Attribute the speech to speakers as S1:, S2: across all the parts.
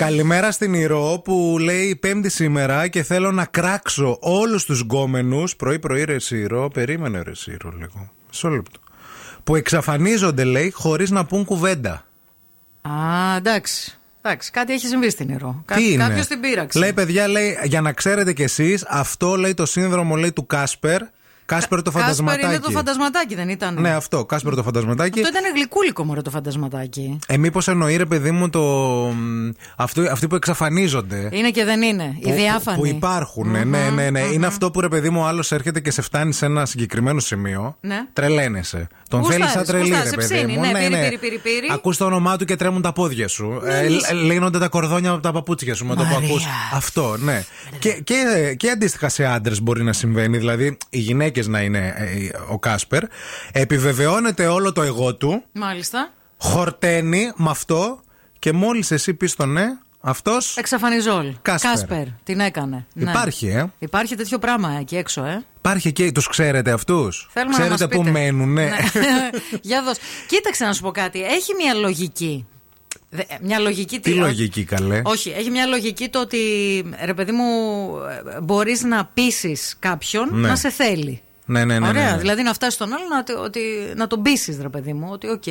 S1: Καλημέρα στην Ηρώ που λέει Πέμπτη σήμερα και θέλω να κράξω όλους τους γκόμενους. Πρωί-πρωί ρε Σιρώ, περίμενε ρε Σιρώ λίγο. Μισό λεπτό. Που εξαφανίζονται λέει χωρίς να πούν κουβέντα.
S2: Α, εντάξει. Εντάξει, κάτι έχει συμβεί στην Ηρώ. Κά-
S1: Τι είναι.
S2: Κάποιος την πείραξε.
S1: Λέει παιδιά, λέει, για να ξέρετε κι εσείς, αυτό λέει το σύνδρομο λέει του Κάσπερ. Κάσπερ το φαντασματάκι.
S2: Κάσπαρ είναι το φαντασματάκι, δεν ήταν.
S1: Ναι, αυτό, Κάσπερ το φαντασματάκι.
S2: Αυτό ήταν γλυκούλικο μωρέ το φαντασματάκι.
S1: Ε, μήπως εννοεί ρε παιδί μου το. μ, αυτοί- αυτοί που εξαφανίζονται.
S2: Είναι και δεν είναι.
S1: Ε. που-
S2: Οι διάφανοι.
S1: Που, που υπάρχουν. ναι, ναι, ναι. Είναι αυτό που ρε παιδί μου, ο άλλος έρχεται και σε φτάνει σε ένα συγκεκριμένο σημείο.
S2: Ναι.
S1: Τρελαίνεσαι. Τον
S2: Γουστάρεις,
S1: θέλεις σαν τρελή,
S2: γουστάρεις,
S1: ρε
S2: σε
S1: παιδί
S2: ψήνει,
S1: μου.
S2: ναι, πύρι, πύρι, πύρι, πύρι.
S1: Ακούς το όνομά του και τρέμουν τα πόδια σου. Ε, λ- λύνονται τα κορδόνια από τα παπούτσια σου με το που
S2: Ναι, Μαρία.
S1: ακούς. Αυτό, ναι. και, και, και αντίστοιχα σε άντρες μπορεί να συμβαίνει. Δηλαδή, οι γυναίκες να είναι ε, ο Κάσπερ. Επιβεβαιώνεται όλο το εγώ του
S2: Μάλιστα.
S1: χορταίνει με αυτό και μόλις εσύ πεις το ναι, αυτός.
S2: Εξαφανιζόλ.
S1: Κάσπερ.
S2: Την έκανε. Ε, Ναι.
S1: Υπάρχει, ε.
S2: Υπάρχει τέτοιο πράγμα εκεί έξω, ε.
S1: Υπάρχει και. Τους ξέρετε αυτούς.
S2: Θέλουμε να
S1: Ξέρετε
S2: μας
S1: πού
S2: πείτε.
S1: μένουν, ναι.
S2: Για δώσ. Κοίταξε να σου πω κάτι. Έχει μια λογική. Δε- ε, Μια λογική
S1: Τι
S2: τι-
S1: λογική καλέ.
S2: Όχι, έχει μια λογική το ότι ε, ρε παιδί μου μπορείς να πείσεις κάποιον
S1: Ναι.
S2: να σε θέλει.
S1: Ναι, ναι, ναι.
S2: Ωραία.
S1: ναι, ναι.
S2: Δηλαδή να φτάσει στον άλλον να, ότι- ότι, να τον πείσεις, ρε παιδί μου, ότι οκ,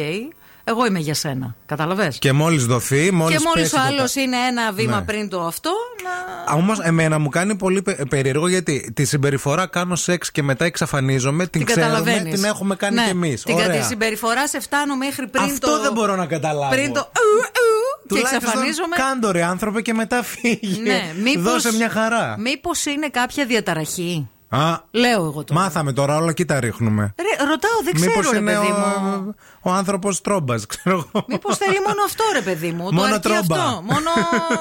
S2: εγώ είμαι για σένα. Κατάλαβες.
S1: Και μόλις δοθεί, μόλι.
S2: Και μόλι ο άλλο είναι ένα βήμα
S1: Ναι.
S2: πριν το αυτό, να.
S1: Όμως εμένα μου κάνει πολύ πε- περίεργο γιατί τη συμπεριφορά κάνω σεξ και μετά εξαφανίζομαι, την,
S2: Την
S1: ξέρουμε,
S2: καταλαβαίνεις.
S1: την έχουμε κάνει κι εμείς.
S2: Την κα- τη συμπεριφορά σε φτάνω μέχρι πριν
S1: Αυτό
S2: το.
S1: δεν μπορώ να καταλάβω.
S2: Πριν το. «ου, ου» και
S1: Τουλάχιστον
S2: εξαφανίζομαι.
S1: Κάντο ρε άνθρωπο και μετά φύγει.
S2: Ναι, μήπως,
S1: Δώσε μια χαρά.
S2: Μήπως είναι κάποια διαταραχή.
S1: Α,
S2: Λέω εγώ τώρα.
S1: μάθαμε τώρα όλα και τα ρίχνουμε.
S2: Ρε, ρωτάω, δεν ξέρω,
S1: Μήπως
S2: ρε
S1: είναι
S2: παιδί μου.
S1: ο, ο άνθρωπος τρόμπας, ξέρω εγώ.
S2: Μήπως θέλει μόνο αυτό, ρε παιδί μου.
S1: Μόνο
S2: το αρκεί
S1: τρόμπα.
S2: αυτό. Μόνο.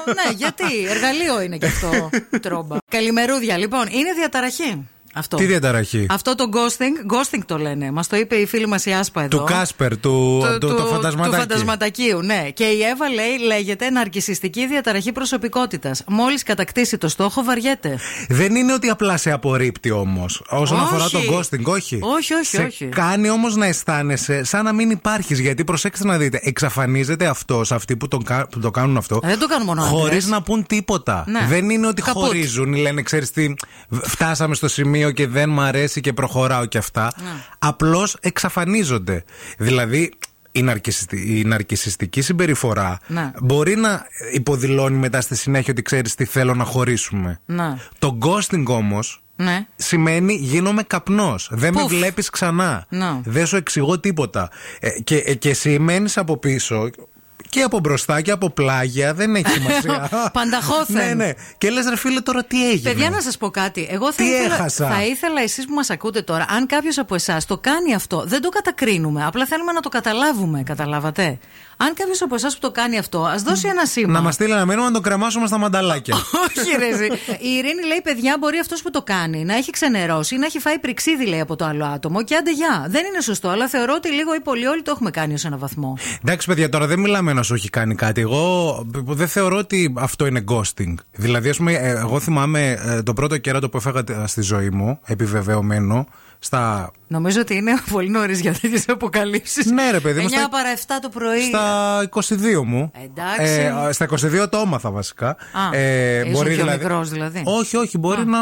S2: ναι, γιατί. Εργαλείο είναι και αυτό. τρόμπα. Καλημερούδια, λοιπόν. Είναι διαταραχή. Αυτό.
S1: Τι διαταραχή.
S2: Αυτό το ghosting, ghosting το λένε. Μας το είπε η φίλη μας η Άσπα εδώ.
S1: Του Κάσπερ, του,
S2: Του-
S1: του,
S2: του-
S1: το
S2: του
S1: φαντασματάκι.
S2: φαντασματακίου, ναι. Και η Εύα λέει, λέγεται ναρκιστική διαταραχή προσωπικότητας. Μόλις κατακτήσει το στόχο, βαριέται.
S1: Δεν είναι ότι απλά σε απορρίπτει όμως. Όσον
S2: Όχι.
S1: αφορά τον ghosting, όχι.
S2: Όχι, όχι,
S1: σε
S2: όχι.
S1: Κάνει όμως να αισθάνεσαι σαν να μην υπάρχεις. Γιατί προσέξτε να δείτε, εξαφανίζεται αυτό, αυτοί που, τον, κα- που το κάνουν αυτό.
S2: Ε, δεν το κάνουν μόνο
S1: Χωρίς
S2: άντρες.
S1: να πούν τίποτα.
S2: Ναι.
S1: Δεν είναι ότι
S2: Καπούτ.
S1: χωρίζουν ή λένε, ξέρεις τι, φτάσαμε στο σημείο και δεν μ' αρέσει και προχωράω και αυτά.
S2: Ναι.
S1: Απλώς εξαφανίζονται. Δηλαδή, η, ναρκισιστη- η ναρκισιστική συμπεριφορά
S2: Ναι.
S1: μπορεί να υποδηλώνει μετά στη συνέχεια ότι ξέρεις τι θέλω να χωρίσουμε.
S2: Να.
S1: Το ghosting όμως
S2: Ναι.
S1: σημαίνει γίνομαι καπνός. Δεν με
S2: Πουφ. Ναι.
S1: βλέπεις ξανά.
S2: Να.
S1: Δεν σου εξηγώ τίποτα. Ε, και, ε, και εσύ μένεις από πίσω και από μπροστά και από πλάγια. Δεν έχει σημασία.
S2: Πανταχώθεν.
S1: ναι, ναι. Και λες, ρε φίλε, τώρα τι έγινε.
S2: Παιδιά, να σας πω κάτι. Εγώ θα
S1: Τι
S2: ήθελα,
S1: έχασα?
S2: θα ήθελα εσείς που μας ακούτε τώρα, αν κάποιος από εσάς το κάνει αυτό, δεν το κατακρίνουμε. Απλά θέλουμε να το καταλάβουμε. Καταλάβατε. Αν κάποιος από εσάς που το κάνει αυτό, ας δώσει ένα σήμα.
S1: Να μας στείλει ένα μήνυμα να τον κρεμάσουμε στα μανταλάκια.
S2: Όχι, ρε. εσύ. Η Ειρήνη λέει: Παιδιά, μπορεί αυτός που το κάνει να έχει ξενερώσει ή να έχει φάει πριξίδι, λέει, από το άλλο άτομο. Και άντε γεια. Δεν είναι σωστό, αλλά θεωρώ ότι λίγο ή πολύ όλοι το έχουμε κάνει ω ένα βαθμό.
S1: Εντάξει, παιδιά, τώρα δεν μιλάμε να σου έχει κάνει κάτι. Εγώ π- π- δεν θεωρώ ότι αυτό είναι ghosting. Δηλαδή, ας πούμε, ε, εγώ θυμάμαι ε, το πρώτο κέρατο που έφαγα ε, στη ζωή μου, επιβεβαιωμένο, στα
S2: Νομίζω ότι είναι πολύ νωρίς για τέτοιες αποκαλύψεις.
S1: Ναι, ρε παιδί μου,
S2: 9
S1: στα-
S2: παρα 7 το πρωί.
S1: Στα 22 μου.
S2: Εντάξει.
S1: Ε, στα 22 το έμαθα βασικά. Ε,
S2: Α, ήσουν πιο μικρός δηλαδή.
S1: Όχι, όχι, μπορεί να.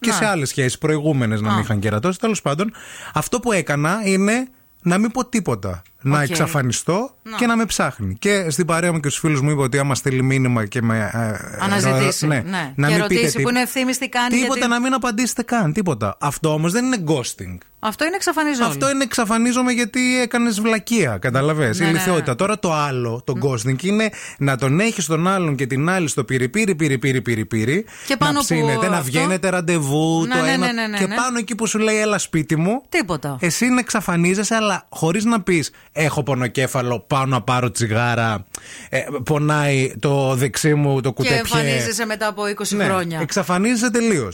S1: και
S2: Να.
S1: σε άλλες σχέσεις προηγούμενες να μην είχαν κερατώσει. Τέλος πάντων, αυτό που έκανα είναι να μην πω τίποτα. Να
S2: Οκ.
S1: εξαφανιστώ και να με ψάχνει. Και στην παρέα μου και στους φίλους μου είπα ότι άμα στείλει μήνυμα και με. ε, ε,
S2: Αναζητήσει,
S1: ε,
S2: ναι.
S1: Να
S2: Και
S1: μην
S2: ρωτήσει
S1: πείτε
S2: που
S1: τίποτα.
S2: είναι ευθύμης, τι κάνει,
S1: Τίποτα
S2: γιατί-
S1: να μην απαντήσετε καν. Τίποτα. Αυτό όμως δεν είναι ghosting.
S2: Αυτό είναι εξαφανιζόμενο.
S1: Αυτό είναι εξαφανίζομαι γιατί έκανες βλακεία. Καταλαβέ.
S2: Ναι,
S1: η
S2: ναι,
S1: λυθιότητα.
S2: ναι.
S1: Τώρα το άλλο, το ghosting, είναι να τον έχεις τον άλλον και την άλλη στο πυρηπύρι, πυρηπύρι, πυρηπύρι.
S2: Και πάνω
S1: να
S2: που
S1: ψήνετε, να
S2: αυτό-
S1: βγαίνετε ραντεβού,
S2: Ναι,
S1: το
S2: ναι,
S1: ένα.
S2: ναι, ναι, ναι,
S1: και
S2: ναι.
S1: πάνω εκεί που σου λέει έλα σπίτι μου.
S2: Τίποτα.
S1: Εσύ να εξαφανίζεσαι, αλλά χωρίς να πεις Έχω πονοκέφαλο, πάω να πάρω τσιγάρα. ε, πονάει το δεξί μου το
S2: και
S1: κουτεπιέ.
S2: εμφανίζεσαι μετά από 20
S1: ναι,
S2: χρόνια.
S1: Εξαφανίζεσαι τελείως.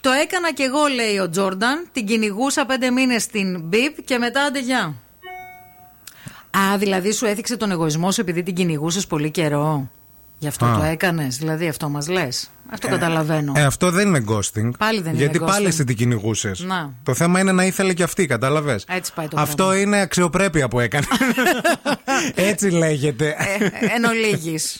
S2: Το έκανα κι εγώ, λέει ο Τζόρνταν. Την κυνηγούσα πέντε μήνες στην Μπίπ και μετά άντε γεια. Α, δηλαδή σου έδειξε τον εγωισμό σου επειδή την κυνηγούσες πολύ καιρό. Γι' αυτό
S1: Α.
S2: το έκανες. Δηλαδή αυτό μας λες. Αυτό καταλαβαίνω.
S1: Ε, αυτό δεν είναι ghosting.
S2: Πάλι δεν είναι
S1: Γιατί
S2: ghosting.
S1: πάλι εσύ την κυνηγούσες.
S2: Να.
S1: Το θέμα είναι να ήθελε και αυτή, κατάλαβες.
S2: Έτσι πάει το
S1: Αυτό
S2: πράγμα.
S1: είναι αξιοπρέπεια που έκανε. Έτσι λέγεται.
S2: Ε, εν ολίγης.